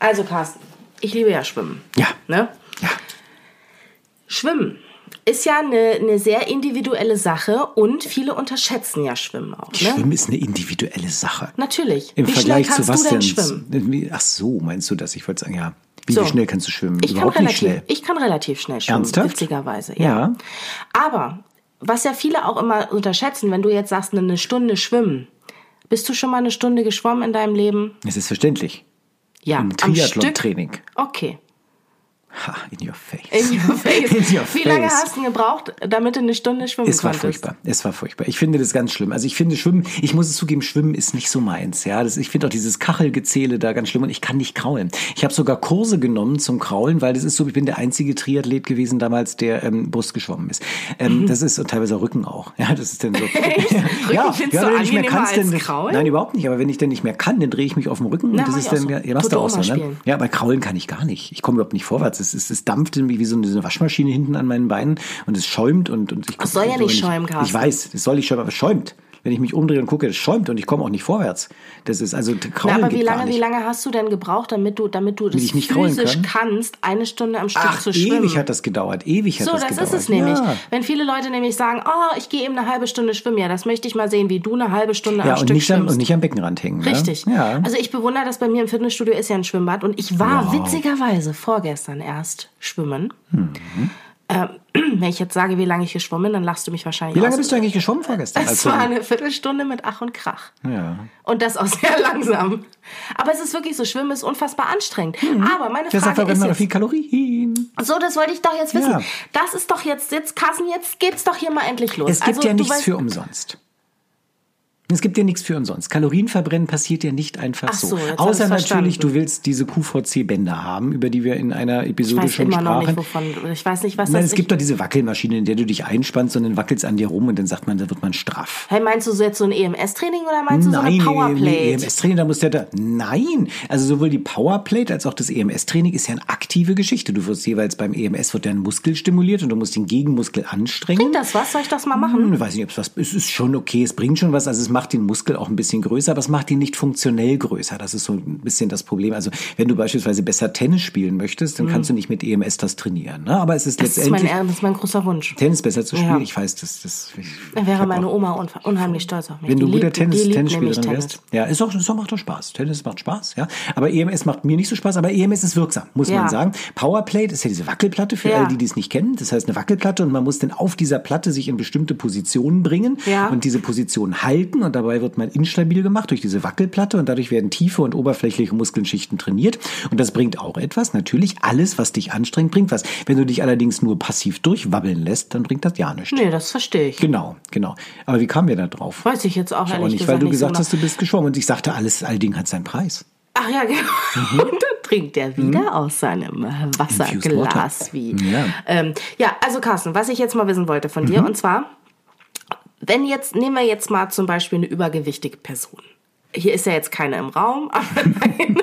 Speaker 3: Also Carsten, ich liebe ja Schwimmen.
Speaker 2: Ja.
Speaker 3: Ne?
Speaker 2: Ja.
Speaker 3: Schwimmen ist ja eine, eine sehr individuelle Sache und viele unterschätzen ja Schwimmen auch. Ne?
Speaker 2: Schwimmen ist eine individuelle Sache.
Speaker 3: Natürlich.
Speaker 2: Im
Speaker 3: Wie
Speaker 2: Vergleich
Speaker 3: schnell
Speaker 2: zu
Speaker 3: kannst
Speaker 2: was
Speaker 3: du denn
Speaker 2: denn? Äh,
Speaker 3: schwimmen?
Speaker 2: Wie- Ach so, meinst du das? Ich wollte sagen, ja. Wie,
Speaker 3: So.
Speaker 2: wie schnell kannst du schwimmen?
Speaker 3: Ich
Speaker 2: Überhaupt
Speaker 3: kann
Speaker 2: nicht
Speaker 3: relativ,
Speaker 2: schnell.
Speaker 3: Ich kann relativ schnell schwimmen,
Speaker 2: Ernsthaft?
Speaker 3: witzigerweise.
Speaker 2: Ja.
Speaker 3: Aber was ja viele auch immer unterschätzen, wenn du jetzt sagst, eine Stunde schwimmen. Bist du schon mal eine Stunde geschwommen in deinem Leben?
Speaker 2: Es ist verständlich.
Speaker 3: Ja,
Speaker 2: Im Triathlon-Training.
Speaker 3: Okay.
Speaker 2: Ha, in your face.
Speaker 3: In your face.
Speaker 2: In your
Speaker 3: Wie lange
Speaker 2: face.
Speaker 3: hast du gebraucht, damit du eine Stunde schwimmen
Speaker 2: Es war
Speaker 3: konntest?
Speaker 2: furchtbar. Es war furchtbar. Ich finde das ganz schlimm. Also ich finde Schwimmen, ich muss es zugeben, Schwimmen ist nicht so meins. Ja, das, ich finde auch dieses Kachelgezähle da ganz schlimm und ich kann nicht kraulen. Ich habe sogar Kurse genommen zum Kraulen, weil das ist so, ich bin der einzige Triathlet gewesen damals, der ähm, Brust geschwommen ist.
Speaker 3: Mhm.
Speaker 2: Ähm, Das ist und teilweise Rücken auch. Ja, das ist dann so. ja,
Speaker 3: findest
Speaker 2: ja,
Speaker 3: du
Speaker 2: wenn du nicht mehr
Speaker 3: angenehmer
Speaker 2: kannst,
Speaker 3: als
Speaker 2: dann,
Speaker 3: Kraulen?
Speaker 2: Nein, überhaupt nicht. Aber wenn ich dann nicht mehr kann, dann drehe ich mich auf den Rücken.
Speaker 3: Na,
Speaker 2: und das
Speaker 3: mach
Speaker 2: ist
Speaker 3: ich auch
Speaker 2: dann,
Speaker 3: so.
Speaker 2: ja, ihr macht da
Speaker 3: Tote
Speaker 2: auch so,
Speaker 3: Oma
Speaker 2: ne?
Speaker 3: spielen.
Speaker 2: Ja, bei Kraulen kann ich gar nicht. Ich komme überhaupt nicht vorwärts. Es, es, es dampft irgendwie wie so eine, so eine Waschmaschine hinten an meinen Beinen und es schäumt und, und ich
Speaker 3: Es soll ja nicht
Speaker 2: ich-
Speaker 3: schäumen, Carsten.
Speaker 2: Ich weiß, es soll nicht schäumen, aber es schäumt. Wenn ich mich umdrehe und gucke, es schäumt und ich komme auch nicht vorwärts. Das ist also
Speaker 3: Na,
Speaker 2: kraulen
Speaker 3: aber
Speaker 2: geht
Speaker 3: wie
Speaker 2: gar
Speaker 3: lange,
Speaker 2: nicht.
Speaker 3: wie lange hast du denn gebraucht, damit du, damit du das
Speaker 2: ich nicht kraulen
Speaker 3: physisch
Speaker 2: kann?
Speaker 3: kannst, eine Stunde am Stück
Speaker 2: Ach,
Speaker 3: zu schwimmen?
Speaker 2: ewig hat das gedauert. Ewig hat
Speaker 3: So,
Speaker 2: das,
Speaker 3: das,
Speaker 2: gedauert.
Speaker 3: ist es nämlich.
Speaker 2: Ja.
Speaker 3: Wenn viele Leute nämlich sagen, oh, ich gehe eben eine halbe Stunde schwimmen, ja, das möchte ich mal sehen, wie du eine halbe Stunde
Speaker 2: Ja,
Speaker 3: am
Speaker 2: und
Speaker 3: Stück
Speaker 2: nicht, am,
Speaker 3: schwimmst.
Speaker 2: und nicht am Beckenrand hängen. ne?
Speaker 3: Richtig.
Speaker 2: Ja.
Speaker 3: Also ich bewundere das bei mir im Fitnessstudio ist ja ein Schwimmbad und ich war
Speaker 2: Wow. Mhm.
Speaker 3: witzigerweise vorgestern erst schwimmen. Ähm, wenn ich jetzt sage, wie lange ich geschwommen bin, dann lachst du mich wahrscheinlich
Speaker 2: wie lange
Speaker 3: aus.
Speaker 2: bist du eigentlich geschwommen vorgestern?
Speaker 3: Es
Speaker 2: Also-
Speaker 3: war eine Viertelstunde mit Ach und Krach.
Speaker 2: ja.
Speaker 3: Und das auch sehr langsam. Aber es ist wirklich so, Schwimmen ist unfassbar anstrengend.
Speaker 2: Mhm.
Speaker 3: Aber meine
Speaker 2: Deshalb
Speaker 3: Frage
Speaker 2: verbrennt
Speaker 3: ist
Speaker 2: man auch
Speaker 3: jetzt,
Speaker 2: viel Kalorien.
Speaker 3: so, das wollte ich doch jetzt wissen.
Speaker 2: Ja.
Speaker 3: Das ist doch jetzt, jetzt Kassen, jetzt geht's doch hier mal endlich los.
Speaker 2: Es gibt
Speaker 3: Also,
Speaker 2: ja
Speaker 3: du
Speaker 2: nichts
Speaker 3: weißt-
Speaker 2: für umsonst. Es gibt ja nichts für umsonst. Kalorienverbrennen passiert ja nicht einfach
Speaker 3: Ach so,
Speaker 2: so.
Speaker 3: jetzt hab
Speaker 2: Außer
Speaker 3: ich's
Speaker 2: natürlich,
Speaker 3: verstanden.
Speaker 2: du willst diese QVC-Bänder haben, über die wir in einer
Speaker 3: Ich
Speaker 2: Episode
Speaker 3: weiß
Speaker 2: schon
Speaker 3: immer noch
Speaker 2: sprachen.
Speaker 3: nicht, wovon. Ich weiß nicht, was
Speaker 2: Nein,
Speaker 3: das
Speaker 2: es gibt
Speaker 3: ich,
Speaker 2: doch diese Wackelmaschine, in der du dich einspannst und dann wackelt's an dir rum und dann sagt man, da wird man straff.
Speaker 3: Hey, meinst du so jetzt so ein EMS-Training oder meinst
Speaker 2: Nein, E
Speaker 3: du so eine Powerplay?
Speaker 2: EMS-Training, da muss der da. Nein, also sowohl die Powerplate als auch das EMS-Training ist ja eine aktive Geschichte. Du wirst jeweils beim EMS wird dein Muskel stimuliert und du musst den Gegenmuskel anstrengen.
Speaker 3: Bringt das was? Soll ich das mal machen?
Speaker 2: Ich Hm, weiß nicht, ob es was Es ist schon okay, es bringt schon was. Also es macht den Muskel auch ein bisschen größer, aber es macht ihn nicht funktionell größer. Das ist so ein bisschen das Problem. Also wenn du beispielsweise besser Tennis spielen möchtest, dann kannst du nicht mit EMS das trainieren. Ne? Aber es ist
Speaker 3: Hm. Das ist, mein,
Speaker 2: letztendlich
Speaker 3: das ist mein großer Wunsch.
Speaker 2: Tennis besser zu spielen.
Speaker 3: Ja.
Speaker 2: Ich weiß, das, das ich,
Speaker 3: Da
Speaker 2: ich
Speaker 3: wäre
Speaker 2: hab
Speaker 3: meine
Speaker 2: auch-
Speaker 3: Oma unver- unheimlich stolz auf mich.
Speaker 2: Wenn du
Speaker 3: Die
Speaker 2: guter
Speaker 3: liebt- die
Speaker 2: Tennis,
Speaker 3: liebt
Speaker 2: Tennisspielerin
Speaker 3: nämlich
Speaker 2: wärst, ja, ist auch, ist auch macht auch Spaß. Tennis macht Spaß, ja. Aber EMS macht mir nicht so Spaß, aber EMS ist wirksam, muss
Speaker 3: Ja.
Speaker 2: man sagen. Powerplate ist ja diese Wackelplatte für
Speaker 3: Ja.
Speaker 2: alle, die die es nicht kennen. Das heißt eine Wackelplatte und man muss dann auf dieser Platte sich in bestimmte Positionen bringen
Speaker 3: Ja.
Speaker 2: und diese Positionen halten und dabei wird man instabil gemacht durch diese Wackelplatte und dadurch werden tiefe und oberflächliche Muskelschichten trainiert und das bringt auch etwas. Natürlich alles, was dich anstrengt, bringt was. Wenn du dich allerdings nur passiv durchwabbeln lässt, dann bringt das ja nichts.
Speaker 3: Nee, das verstehe ich.
Speaker 2: Genau, genau. Aber wie kamen wir da drauf?
Speaker 3: Weiß ich jetzt auch
Speaker 2: Ich auch nicht,
Speaker 3: ehrlich gesagt
Speaker 2: weil du
Speaker 3: nicht
Speaker 2: gesagt
Speaker 3: so
Speaker 2: hast, du bist geschwommen und ich sagte, alles, all Ding hat seinen Preis.
Speaker 3: Ach ja, genau.
Speaker 2: Mhm.
Speaker 3: Und dann trinkt er wieder aus seinem äh, Wasserglas.
Speaker 2: Infused Mhm. water.
Speaker 3: Wie.
Speaker 2: Ja. Mhm.
Speaker 3: Ähm, ja, also Carsten, was ich jetzt mal wissen wollte von dir, und zwar, wenn jetzt, nehmen wir jetzt mal zum Beispiel eine übergewichtige Person. Hier ist ja jetzt keine im Raum, aber nein.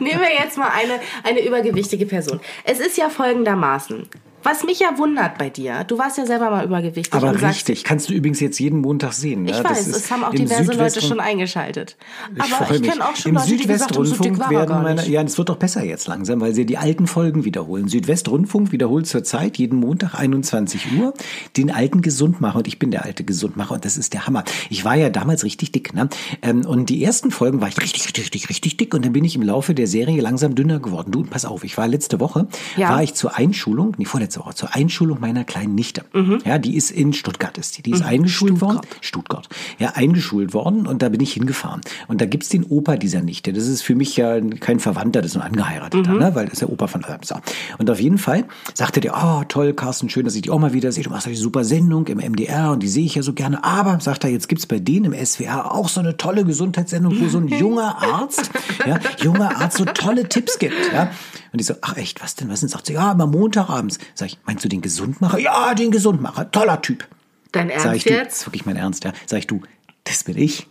Speaker 3: nehmen wir jetzt mal eine, eine übergewichtige Person. Es ist ja folgendermaßen. Was mich ja wundert bei dir, du warst ja selber mal übergewichtig.
Speaker 2: Aber
Speaker 3: und sagst,
Speaker 2: richtig, kannst du übrigens jetzt jeden Montag sehen. ne?
Speaker 3: Ich
Speaker 2: ja?
Speaker 3: weiß, es haben auch diverse Leute schon eingeschaltet. Aber ich, kenne auch schon
Speaker 2: Im
Speaker 3: Leute, die gesagt haben, so dick
Speaker 2: Südwestrundfunk
Speaker 3: war er
Speaker 2: werden
Speaker 3: gar
Speaker 2: meine,
Speaker 3: nicht.
Speaker 2: ja, das wird doch besser jetzt langsam, weil sie die alten Folgen wiederholen. Südwestrundfunk wiederholt zurzeit jeden Montag 21 Uhr den alten Gesundmacher und ich bin der alte Gesundmacher und das ist der Hammer. Ich war ja damals richtig dick, ne? Ähm, Und die ersten Folgen war ich richtig, richtig, richtig dick und dann bin ich im Laufe der Serie langsam dünner geworden. Du, und pass auf, ich war letzte Woche,
Speaker 3: Ja.
Speaker 2: war ich zur Einschulung, nee, vorletzte Woche, zur Einschulung meiner kleinen Nichte. Ja, die ist in Stuttgart, ist die. Die ist eingeschult worden. Stuttgart. Ja, eingeschult worden und da bin ich hingefahren. Und da gibt's den Opa dieser Nichte. Das ist für mich ja kein Verwandter, das ist ein Angeheirateter, ne? weil das ist der Opa von Alpsa. Und auf jeden Fall sagte der, oh toll, Carsten, schön, dass ich dich auch mal wieder sehe. Du machst eine super Sendung im MDR und die sehe ich ja so gerne. Aber, sagt er, jetzt gibt's bei denen im SWR auch so eine tolle Gesundheitssendung, wo so ein junger Arzt, ja, junger Arzt so tolle Tipps gibt. Ja? Und ich so, ach echt, was denn, was denn? Sagt sie, ja, aber Montagabends. Sag ich, meinst du den Gesundmacher? Ja, den Gesundmacher, toller Typ.
Speaker 3: Dein
Speaker 2: Sag
Speaker 3: Ernst
Speaker 2: ich, du,
Speaker 3: jetzt?
Speaker 2: das ist wirklich mein Ernst, ja. Sag ich, du, das bin ich.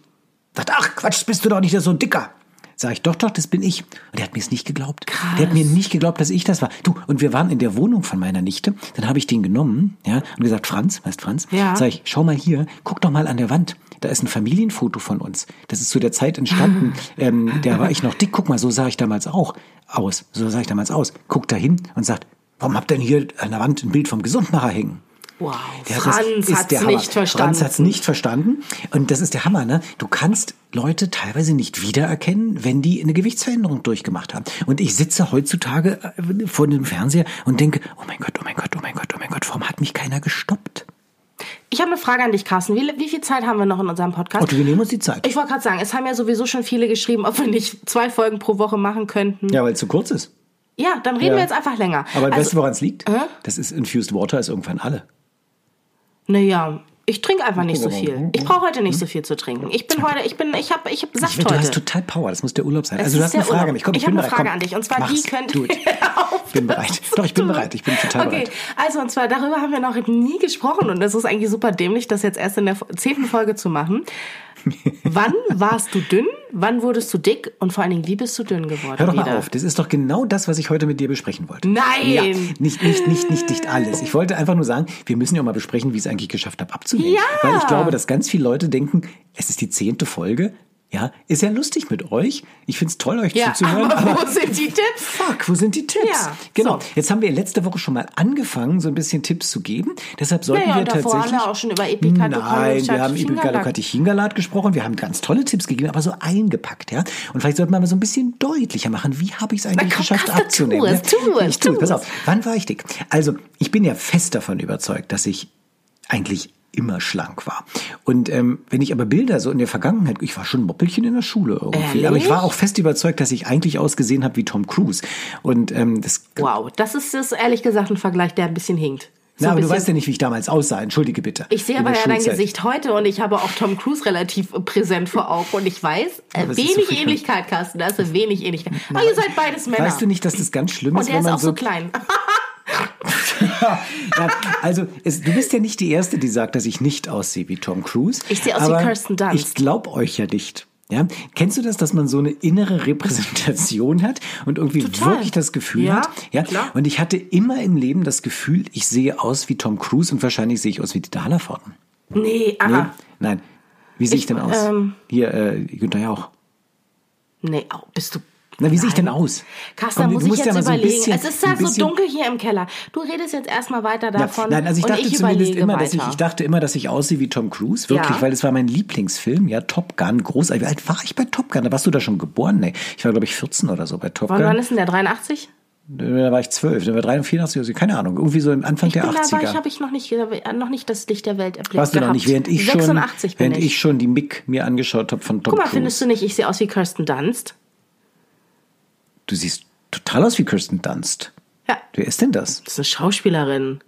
Speaker 2: Sagt, ach Quatsch, bist du doch nicht so ein Dicker. Sag ich, doch, doch, das bin ich. Und er hat mir es nicht geglaubt. Der hat mir nicht geglaubt, dass ich das war. Du, und wir waren in der Wohnung von meiner Nichte. Dann habe ich den genommen, ja, und gesagt, Franz, heißt Franz,
Speaker 3: Ja.
Speaker 2: sag ich, schau mal hier, guck doch mal an der Wand. Da ist ein Familienfoto von uns. Das ist zu der Zeit entstanden. ähm, da war ich noch dick. Guck mal, so sah ich damals auch aus. So sah ich damals aus. Guckt da hin und sagt, warum habt ihr denn hier an der Wand ein Bild vom Gesundmacher hängen?
Speaker 3: Wow,
Speaker 2: Der hat das-
Speaker 3: Franz
Speaker 2: ist
Speaker 3: hat's
Speaker 2: der Hammer.
Speaker 3: nicht verstanden.
Speaker 2: Franz hat's nicht verstanden. Und das ist der Hammer, ne? Du kannst Leute teilweise nicht wiedererkennen, wenn die eine Gewichtsveränderung durchgemacht haben. Und ich sitze heutzutage äh, vor dem Fernseher und denke, oh mein Gott, oh mein Gott, oh mein Gott, oh mein Gott, warum hat mich keiner gestoppt?
Speaker 3: Ich habe eine Frage an dich, Carsten. Wie, wie viel Zeit haben wir noch in unserem Podcast?
Speaker 2: Und wir nehmen uns die Zeit.
Speaker 3: Ich wollte gerade sagen, es haben ja sowieso schon viele geschrieben, ob wir nicht zwei Folgen pro Woche machen könnten.
Speaker 2: ja, weil es zu kurz ist.
Speaker 3: Ja, dann reden
Speaker 2: Ja.
Speaker 3: wir jetzt einfach länger.
Speaker 2: Aber weißt du,
Speaker 3: also,
Speaker 2: woran es liegt?
Speaker 3: Hä?
Speaker 2: Das ist Infused Water ist irgendwann alle.
Speaker 3: naja, ich trinke einfach nicht so viel. Ich brauche heute nicht so viel zu trinken. Ich bin heute, ich bin, ich habe, ich habe Saft
Speaker 2: Hm? Ich finde, du hast
Speaker 3: heute.
Speaker 2: total Power. Das muss der Urlaub sein.
Speaker 3: Es
Speaker 2: also du
Speaker 3: ist
Speaker 2: hast eine
Speaker 3: der
Speaker 2: Frage an
Speaker 3: Urlaub.
Speaker 2: mich. Komm, ich,
Speaker 3: Ich
Speaker 2: bin
Speaker 3: habe eine
Speaker 2: bereit.
Speaker 3: Frage
Speaker 2: Komm,
Speaker 3: an dich. Und zwar,
Speaker 2: mach's.
Speaker 3: die könnt-
Speaker 2: Do it. Ich bin bereit. Doch, ich bin bereit. Ich bin total
Speaker 3: Okay,
Speaker 2: bereit.
Speaker 3: also und zwar darüber haben wir noch nie gesprochen und das ist eigentlich super dämlich, das jetzt erst in der zehnten Folge zu machen. Wann warst du dünn? Wann wurdest du dick? Und vor allen Dingen, wie bist du dünn geworden?
Speaker 2: Hör doch mal
Speaker 3: wieder?
Speaker 2: auf. Das ist doch genau das, was ich heute mit dir besprechen wollte.
Speaker 3: Nein!
Speaker 2: Ja, nicht, nicht, nicht, nicht, nicht alles. Ich wollte einfach nur sagen, wir müssen ja auch mal besprechen, wie ich es eigentlich geschafft habe, abzunehmen.
Speaker 3: Ja!
Speaker 2: Weil ich glaube, dass ganz viele Leute denken, es ist die zehnte Folge. Ja, ist ja lustig mit euch. Ich find's toll, euch
Speaker 3: Ja,
Speaker 2: zuzuhören.
Speaker 3: aber
Speaker 2: aber
Speaker 3: wo sind die Tipps?
Speaker 2: Fuck, wo sind die Tipps?
Speaker 3: Ja,
Speaker 2: genau.
Speaker 3: so.
Speaker 2: Jetzt haben wir letzte Woche schon mal angefangen, so ein bisschen Tipps zu geben. Deshalb sollten
Speaker 3: Naja,
Speaker 2: wir
Speaker 3: und davor haben
Speaker 2: tatsächlich.
Speaker 3: wir auch schon über Epicatocalor
Speaker 2: Nein, wir haben
Speaker 3: Schatschinger-
Speaker 2: Epicatocatechingalat gesprochen. Wir haben ganz tolle Tipps gegeben, aber so eingepackt, ja. Und vielleicht sollten wir mal so ein bisschen deutlicher machen, wie habe ich es eigentlich
Speaker 3: komm,
Speaker 2: geschafft
Speaker 3: Kaste, tu
Speaker 2: abzunehmen?
Speaker 3: es, tu
Speaker 2: ja?
Speaker 3: es,
Speaker 2: ich tue
Speaker 3: tu
Speaker 2: es. Pass
Speaker 3: es.
Speaker 2: auf. Wann war ich dick? Also, ich bin ja fest davon überzeugt, dass ich eigentlich immer schlank war. Und ähm, wenn ich aber Bilder so in der Vergangenheit, ich war schon ein Moppelchen in der Schule irgendwie, aber ich war auch fest überzeugt, dass ich eigentlich ausgesehen habe wie Tom Cruise. Und ähm, das
Speaker 3: Wow, das ist, das ist ehrlich gesagt ein Vergleich, der ein bisschen hinkt.
Speaker 2: na,
Speaker 3: So ein
Speaker 2: aber du
Speaker 3: bisschen-
Speaker 2: weißt ja nicht, wie ich damals aussah. Entschuldige bitte.
Speaker 3: ich sehe
Speaker 2: In
Speaker 3: aber
Speaker 2: der
Speaker 3: ja dein
Speaker 2: Schulzeit.
Speaker 3: Gesicht heute und ich habe auch Tom Cruise relativ präsent vor Augen und ich weiß, äh,
Speaker 2: Aber es ist so
Speaker 3: wenig
Speaker 2: viel-
Speaker 3: Ähnlichkeit, Carsten, da ist eine wenig Ähnlichkeit. Aber ihr seid beides Männer.
Speaker 2: Weißt du nicht, dass das ganz schlimm
Speaker 3: und
Speaker 2: ist,
Speaker 3: der
Speaker 2: wenn
Speaker 3: ist
Speaker 2: man
Speaker 3: auch so,
Speaker 2: so
Speaker 3: klein.
Speaker 2: Ja, also es, du bist ja nicht die Erste, die sagt, dass ich nicht aussehe wie Tom Cruise.
Speaker 3: Ich sehe aus wie
Speaker 2: aber
Speaker 3: Kirsten Dunst.
Speaker 2: Ich glaube euch ja nicht. Ja? Kennst du das, dass man so eine innere Repräsentation hat und irgendwie
Speaker 3: Total.
Speaker 2: wirklich das Gefühl
Speaker 3: Ja,
Speaker 2: hat? Ja,
Speaker 3: klar.
Speaker 2: Und ich hatte immer im Leben das Gefühl, ich sehe aus wie Tom Cruise und wahrscheinlich sehe ich aus wie Dieter Hallervorden.
Speaker 3: Nee, aha.
Speaker 2: Nein. Wie sehe ich,
Speaker 3: Ah. Ich,
Speaker 2: denn aus?
Speaker 3: ähm,
Speaker 2: Hier, äh, Günther Jauch.
Speaker 3: Nee, au, bist du.
Speaker 2: Na, wie sehe ich
Speaker 3: Nein.
Speaker 2: denn aus?
Speaker 3: Carsten, da
Speaker 2: Komm, du
Speaker 3: muss ich
Speaker 2: musst
Speaker 3: jetzt
Speaker 2: ja mal so ein
Speaker 3: überlegen.
Speaker 2: bisschen-
Speaker 3: es ist ja
Speaker 2: ein
Speaker 3: so
Speaker 2: bisschen-
Speaker 3: dunkel hier im Keller. Du redest jetzt erstmal weiter davon.
Speaker 2: Ja, nein, also ich dachte
Speaker 3: und ich
Speaker 2: zumindest
Speaker 3: überlege
Speaker 2: immer,
Speaker 3: weiter.
Speaker 2: dass ich, ich dachte immer, dass ich aussehe wie Tom Cruise, wirklich,
Speaker 3: Ja.
Speaker 2: weil es war mein Lieblingsfilm, ja, Top Gun, großartig. Wie alt war ich bei Top Gun? Da warst du da schon geboren, ne? Ich war, glaube ich, 14 oder so bei Top
Speaker 3: Wann, wann
Speaker 2: Gun.
Speaker 3: ist denn der 83?
Speaker 2: Da war ich 12, da war 83 oder so, keine Ahnung, irgendwie so im Anfang der
Speaker 3: bin
Speaker 2: 80er.
Speaker 3: dabei, ich habe ich noch nicht, äh, noch nicht das Licht der Welt erblickt.
Speaker 2: warst du noch
Speaker 3: gehabt.
Speaker 2: nicht, während ich
Speaker 3: 86
Speaker 2: schon,
Speaker 3: bin
Speaker 2: während ich. schon die Mick mir angeschaut habe von Tom
Speaker 3: Guck mal,
Speaker 2: Cruise.
Speaker 3: findest du nicht, ich sehe aus wie Kirsten Dunst?
Speaker 2: du siehst total aus wie Kirsten Dunst.
Speaker 3: Ja,
Speaker 2: Wer ist denn das?
Speaker 3: das ist eine Schauspielerin.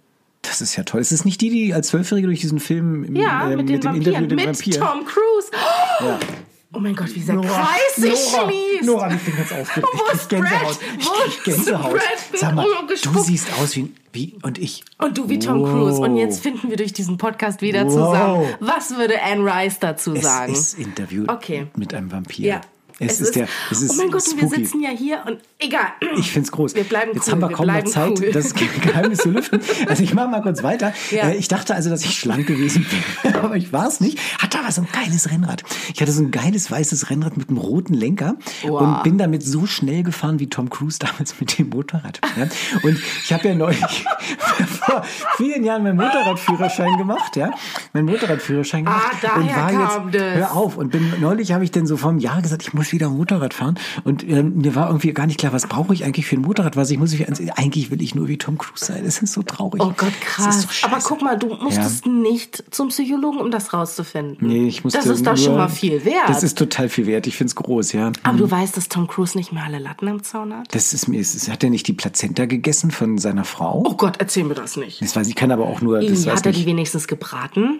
Speaker 2: Das ist ja toll. Ist es nicht die, die als Zwölfjährige durch diesen Film im,
Speaker 3: Ja,
Speaker 2: ähm,
Speaker 3: mit, den
Speaker 2: dem
Speaker 3: Vampiren.
Speaker 2: Interview mit dem
Speaker 3: mit
Speaker 2: Vampir?
Speaker 3: Tom Cruise. Oh,
Speaker 2: Ja.
Speaker 3: mein Gott, wie sein Kreis sich schließt.
Speaker 2: Nora, ich bin ganz aufgeregt.
Speaker 3: Wo
Speaker 2: Ich
Speaker 3: ist
Speaker 2: krieg Gänsehaut.
Speaker 3: Brad?
Speaker 2: Ich
Speaker 3: Wo
Speaker 2: krieg
Speaker 3: ist
Speaker 2: Gänsehaut.
Speaker 3: Brad Pitt?
Speaker 2: Sag mal,
Speaker 3: Oh,
Speaker 2: du
Speaker 3: gespuckt.
Speaker 2: siehst aus wie, wie und ich.
Speaker 3: Und du wie Tom
Speaker 2: Wow.
Speaker 3: Cruise. Und jetzt finden wir durch diesen Podcast wieder
Speaker 2: Wow.
Speaker 3: zusammen. Was würde Anne Rice dazu
Speaker 2: Es
Speaker 3: sagen?
Speaker 2: ist Interview
Speaker 3: Okay.
Speaker 2: mit einem Vampir.
Speaker 3: ja.
Speaker 2: Es, ist, der. Es ist
Speaker 3: oh mein Gott, und wir
Speaker 2: spooky.
Speaker 3: sitzen ja hier und egal.
Speaker 2: Ich finde es groß.
Speaker 3: Wir bleiben
Speaker 2: Jetzt
Speaker 3: cool,
Speaker 2: haben wir
Speaker 3: wir
Speaker 2: kaum noch
Speaker 3: bleiben
Speaker 2: Zeit,
Speaker 3: cool.
Speaker 2: das Geheimnis zu lüften. Also ich mache mal kurz weiter.
Speaker 3: Ja.
Speaker 2: Äh, Ich dachte also, dass ich schlank gewesen bin, aber ich war es nicht. Hatte aber so ein geiles Rennrad. Ich hatte so ein geiles weißes Rennrad mit einem roten Lenker
Speaker 3: Wow.
Speaker 2: und bin damit so schnell gefahren wie Tom Cruise damals mit dem Motorrad. Ja? Und ich habe ja neulich vor vielen Jahren meinen Motorradführerschein gemacht. Ja? Meinen Motorradführerschein gemacht.
Speaker 3: Ah, daher
Speaker 2: und war
Speaker 3: kam
Speaker 2: jetzt,
Speaker 3: das.
Speaker 2: Hör auf. Und bin, neulich habe ich dann so vor einem Jahr gesagt, ich muss wieder Motorrad fahren. Und ähm, mir war irgendwie gar nicht klar, was brauche ich eigentlich für ein Motorrad? Was ich muss ich eigentlich will ich nur wie Tom Cruise sein. Das ist so traurig.
Speaker 3: Oh Gott,
Speaker 2: Das ist
Speaker 3: krass.
Speaker 2: doch
Speaker 3: Aber
Speaker 2: scheiße.
Speaker 3: guck mal, du musstest nicht zum Psychologen, um das rauszufinden.
Speaker 2: Nee, ich musste
Speaker 3: das ist doch
Speaker 2: nur,
Speaker 3: schon mal viel wert.
Speaker 2: Das ist total viel wert. Ich finde es groß, ja.
Speaker 3: Aber du weißt, dass Tom Cruise nicht mehr alle Latten am Zaun hat?
Speaker 2: Das ist mir, es ist- hat er nicht die Plazenta gegessen von seiner Frau?
Speaker 3: Oh Gott, erzähl mir das nicht.
Speaker 2: Das weiß ich, kann aber auch nur, das
Speaker 3: Ih,
Speaker 2: weiß
Speaker 3: hat er die
Speaker 2: nicht,
Speaker 3: wenigstens gebraten?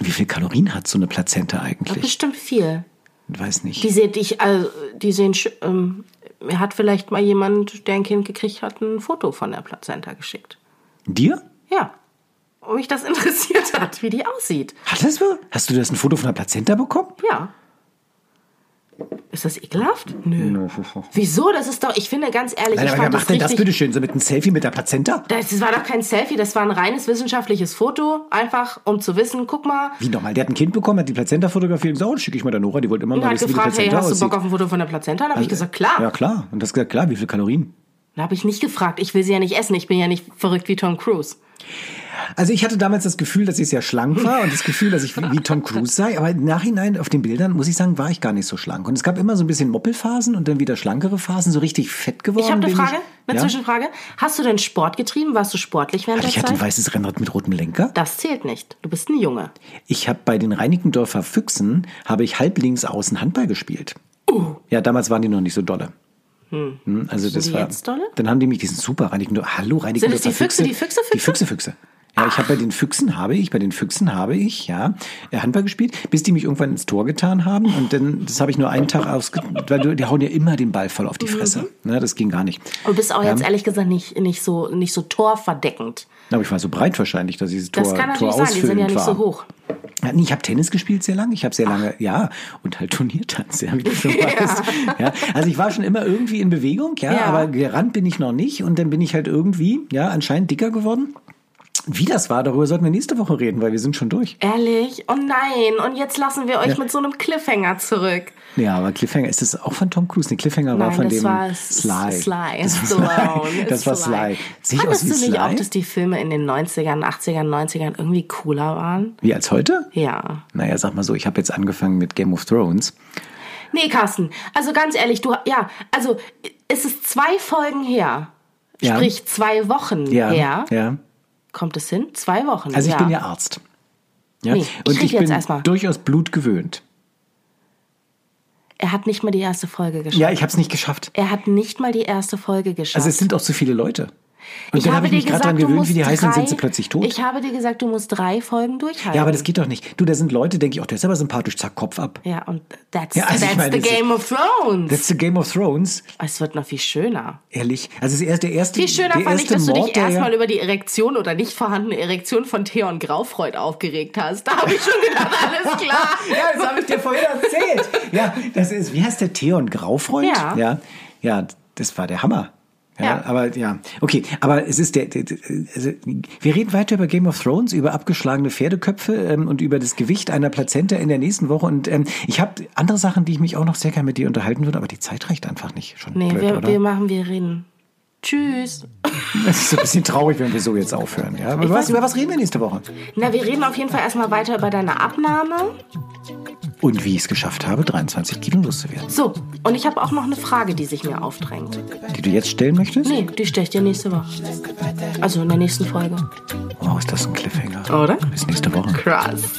Speaker 2: wie viel Kalorien hat so eine Plazenta eigentlich?
Speaker 3: Bestimmt viel.
Speaker 2: Weiß nicht.
Speaker 3: Die sehen dich, also, die sehen, sch- ähm, mir hat vielleicht mal jemand, der ein Kind gekriegt hat, ein Foto von der Plazenta geschickt.
Speaker 2: Dir?
Speaker 3: Ja. Und mich das interessiert hat, wie die aussieht.
Speaker 2: Hat das, wohl- hast du das ein Foto von der Plazenta bekommen?
Speaker 3: Ja. Ist das ekelhaft? Nö. Wieso? Das ist doch, ich finde ganz ehrlich,
Speaker 2: Nein, aber
Speaker 3: ich
Speaker 2: wer
Speaker 3: fand das
Speaker 2: macht denn das
Speaker 3: richtig.
Speaker 2: bitte schön? So mit einem Selfie mit der Plazenta?
Speaker 3: Das war doch kein Selfie, das war ein reines wissenschaftliches Foto, einfach um zu wissen, guck mal.
Speaker 2: Wie nochmal? Der hat ein Kind bekommen, hat die Plazenta fotografiert und gesagt, oh, das schicke ich mal der Nora, die wollte immer
Speaker 3: Und
Speaker 2: mal
Speaker 3: hat
Speaker 2: wissen, wie die
Speaker 3: gefragt, hey,
Speaker 2: Plazenta
Speaker 3: hast du
Speaker 2: aussieht. Also,
Speaker 3: Bock auf ein Foto von der Plazenta? Dann habe ich gesagt, klar.
Speaker 2: Ja, klar. Und das gesagt, klar, wie viel Kalorien?
Speaker 3: Dann habe ich nicht gefragt, ich will sie ja nicht essen, ich bin ja nicht verrückt wie Tom Cruise.
Speaker 2: Also ich hatte damals das Gefühl, dass ich sehr schlank war und das Gefühl, dass ich wie wie Tom Cruise sei. Aber im Nachhinein auf den Bildern, muss ich sagen, war ich gar nicht so schlank. Und es gab immer so ein bisschen Moppelphasen und dann wieder schlankere Phasen, so richtig fett geworden.
Speaker 3: Ich habe eine
Speaker 2: bin
Speaker 3: Frage,
Speaker 2: ich.
Speaker 3: eine
Speaker 2: Ja?
Speaker 3: Zwischenfrage. Hast du denn Sport getrieben? Warst du sportlich während
Speaker 2: Warte, ich
Speaker 3: der
Speaker 2: hatte ein
Speaker 3: Zeit?
Speaker 2: weißes Rennrad mit rotem Lenker.
Speaker 3: Das zählt nicht. Du bist ein Junge.
Speaker 2: Ich habe bei den Reinickendorfer Füchsen, habe ich halblinks außen Handball gespielt. Ja, damals waren die noch nicht so dolle. Hm, Also das
Speaker 3: Oh. die
Speaker 2: war,
Speaker 3: jetzt dolle?
Speaker 2: Dann haben die mich diesen super Reinickendorfer, hallo Reinickendorfer
Speaker 3: Sind das die Füchse, die Füchse, Füchse?
Speaker 2: Die Füchse, Füchse. Ja, ich habe bei den Füchsen habe ich, bei den Füchsen habe ich, ja, äh, Handball gespielt, bis die mich irgendwann ins Tor getan haben und dann, das habe ich nur einen Tag ausge... weil du- die hauen ja immer den Ball voll auf
Speaker 3: Mhm.
Speaker 2: die Fresse. Ne, das ging gar nicht.
Speaker 3: Du bist auch jetzt ehrlich gesagt nicht, nicht, so, nicht so torverdeckend.
Speaker 2: Aber ich war so breit wahrscheinlich, dass dieses Tor,
Speaker 3: Das kann
Speaker 2: Tor
Speaker 3: natürlich sein, die sind ja
Speaker 2: ausfüllend
Speaker 3: nicht
Speaker 2: war.
Speaker 3: so hoch.
Speaker 2: Ja, nee, ich habe Tennis gespielt sehr lange. Ich habe sehr lange, ja, und halt Turniertanz, ja, wie du schon weißt. ja. Also ich war schon immer irgendwie in Bewegung, ja,
Speaker 3: Ja.
Speaker 2: aber gerannt bin ich noch nicht. Und dann bin ich halt irgendwie, ja, anscheinend dicker geworden. Wie das war, darüber sollten wir nächste Woche reden, weil wir sind schon durch.
Speaker 3: Ehrlich? Oh nein, und jetzt lassen wir euch
Speaker 2: Ja.
Speaker 3: mit so einem Cliffhanger zurück.
Speaker 2: Ja, aber Cliffhanger, ist das auch von Tom Cruise? Nee, Cliffhanger war
Speaker 3: Nein,
Speaker 2: von
Speaker 3: das
Speaker 2: dem
Speaker 3: war S-
Speaker 2: Sly.
Speaker 3: Sly.
Speaker 2: Das war
Speaker 3: Stallone.
Speaker 2: Sly. Das war
Speaker 3: Sly.
Speaker 2: Sly. Sehe ich aus
Speaker 3: Fandest
Speaker 2: wie
Speaker 3: du nicht auch,
Speaker 2: Sly?
Speaker 3: dass die Filme in den 90ern, 80ern, 90ern irgendwie cooler waren?
Speaker 2: Wie als heute?
Speaker 3: Ja.
Speaker 2: Naja, sag mal so, ich habe jetzt angefangen mit Game of Thrones.
Speaker 3: Nee, Carsten, also ganz ehrlich, du, ja, also es ist zwei Folgen her,
Speaker 2: Ja.
Speaker 3: sprich zwei Wochen
Speaker 2: Ja.
Speaker 3: her.
Speaker 2: ja.
Speaker 3: Kommt es hin? Zwei Wochen.
Speaker 2: Also ich bin ja Arzt. Ja?
Speaker 3: Nee, ich
Speaker 2: und
Speaker 3: rede
Speaker 2: ich
Speaker 3: jetzt
Speaker 2: bin
Speaker 3: erstmal.
Speaker 2: durchaus Blut gewöhnt.
Speaker 3: Er hat nicht mal die erste Folge geschafft.
Speaker 2: Ja, ich habe es nicht geschafft.
Speaker 3: Er hat nicht mal die erste Folge geschafft.
Speaker 2: Also es sind auch zu viele Leute. Und
Speaker 3: Ich
Speaker 2: dann habe ich
Speaker 3: dir
Speaker 2: mich gerade
Speaker 3: gesagt,
Speaker 2: daran
Speaker 3: du
Speaker 2: gewöhnt, wie die
Speaker 3: musst
Speaker 2: heißen, und sind sie
Speaker 3: drei-
Speaker 2: plötzlich tot.
Speaker 3: Ich habe dir gesagt, du musst drei Folgen durchhalten.
Speaker 2: ja, aber das geht doch nicht. Du, da sind Leute, denke ich, auch der ist aber sympathisch, zack, Kopf ab.
Speaker 3: Ja, und that's,
Speaker 2: Ja, also ich
Speaker 3: that's
Speaker 2: meine,
Speaker 3: the
Speaker 2: das ist-
Speaker 3: Game of Thrones.
Speaker 2: That's the Game of Thrones,
Speaker 3: es wird noch viel schöner.
Speaker 2: ehrlich. Also es ist erst der erste,
Speaker 3: Viel schöner
Speaker 2: der
Speaker 3: fand ich,
Speaker 2: erste
Speaker 3: dass du
Speaker 2: Mord,
Speaker 3: dich
Speaker 2: der ja-
Speaker 3: erstmal über die Erektion oder nicht vorhandene Erektion von Theon Graufreud aufgeregt hast. Da habe ich schon gedacht, alles klar.
Speaker 2: Ja, das habe ich dir vorhin erzählt. ja, das ist, wie heißt der Theon Graufreund?
Speaker 3: Ja.
Speaker 2: ja. Ja, das war der Hammer. Ja,
Speaker 3: Ja.
Speaker 2: aber ja, okay, aber es ist der, der, der also, wir reden weiter über Game of Thrones, über abgeschlagene Pferdeköpfe ähm, und über das Gewicht einer Plazenta in der nächsten Woche und ähm, ich habe andere Sachen, die ich mich auch noch sehr gerne mit dir unterhalten würde, aber die Zeit reicht einfach nicht. Schon
Speaker 3: Nee,
Speaker 2: blöd,
Speaker 3: wir,
Speaker 2: oder?
Speaker 3: wir machen, wir reden. Tschüss.
Speaker 2: Es ist so ein bisschen traurig, wenn wir so jetzt aufhören. Ja, aber über was,
Speaker 3: weiß-
Speaker 2: über was reden wir nächste Woche?
Speaker 3: Na, wir reden auf jeden Fall erstmal weiter über deine Abnahme.
Speaker 2: Und wie ich es geschafft habe, 23 Kilo loszuwerden,
Speaker 3: So, und ich habe auch noch eine Frage, die sich mir aufdrängt.
Speaker 2: die du jetzt stellen möchtest?
Speaker 3: Nee, die stelle ich dir nächste Woche. Also in der nächsten Folge.
Speaker 2: Wow, ist das ein Cliffhanger.
Speaker 3: Oder?
Speaker 2: Bis nächste Woche.
Speaker 3: Krass.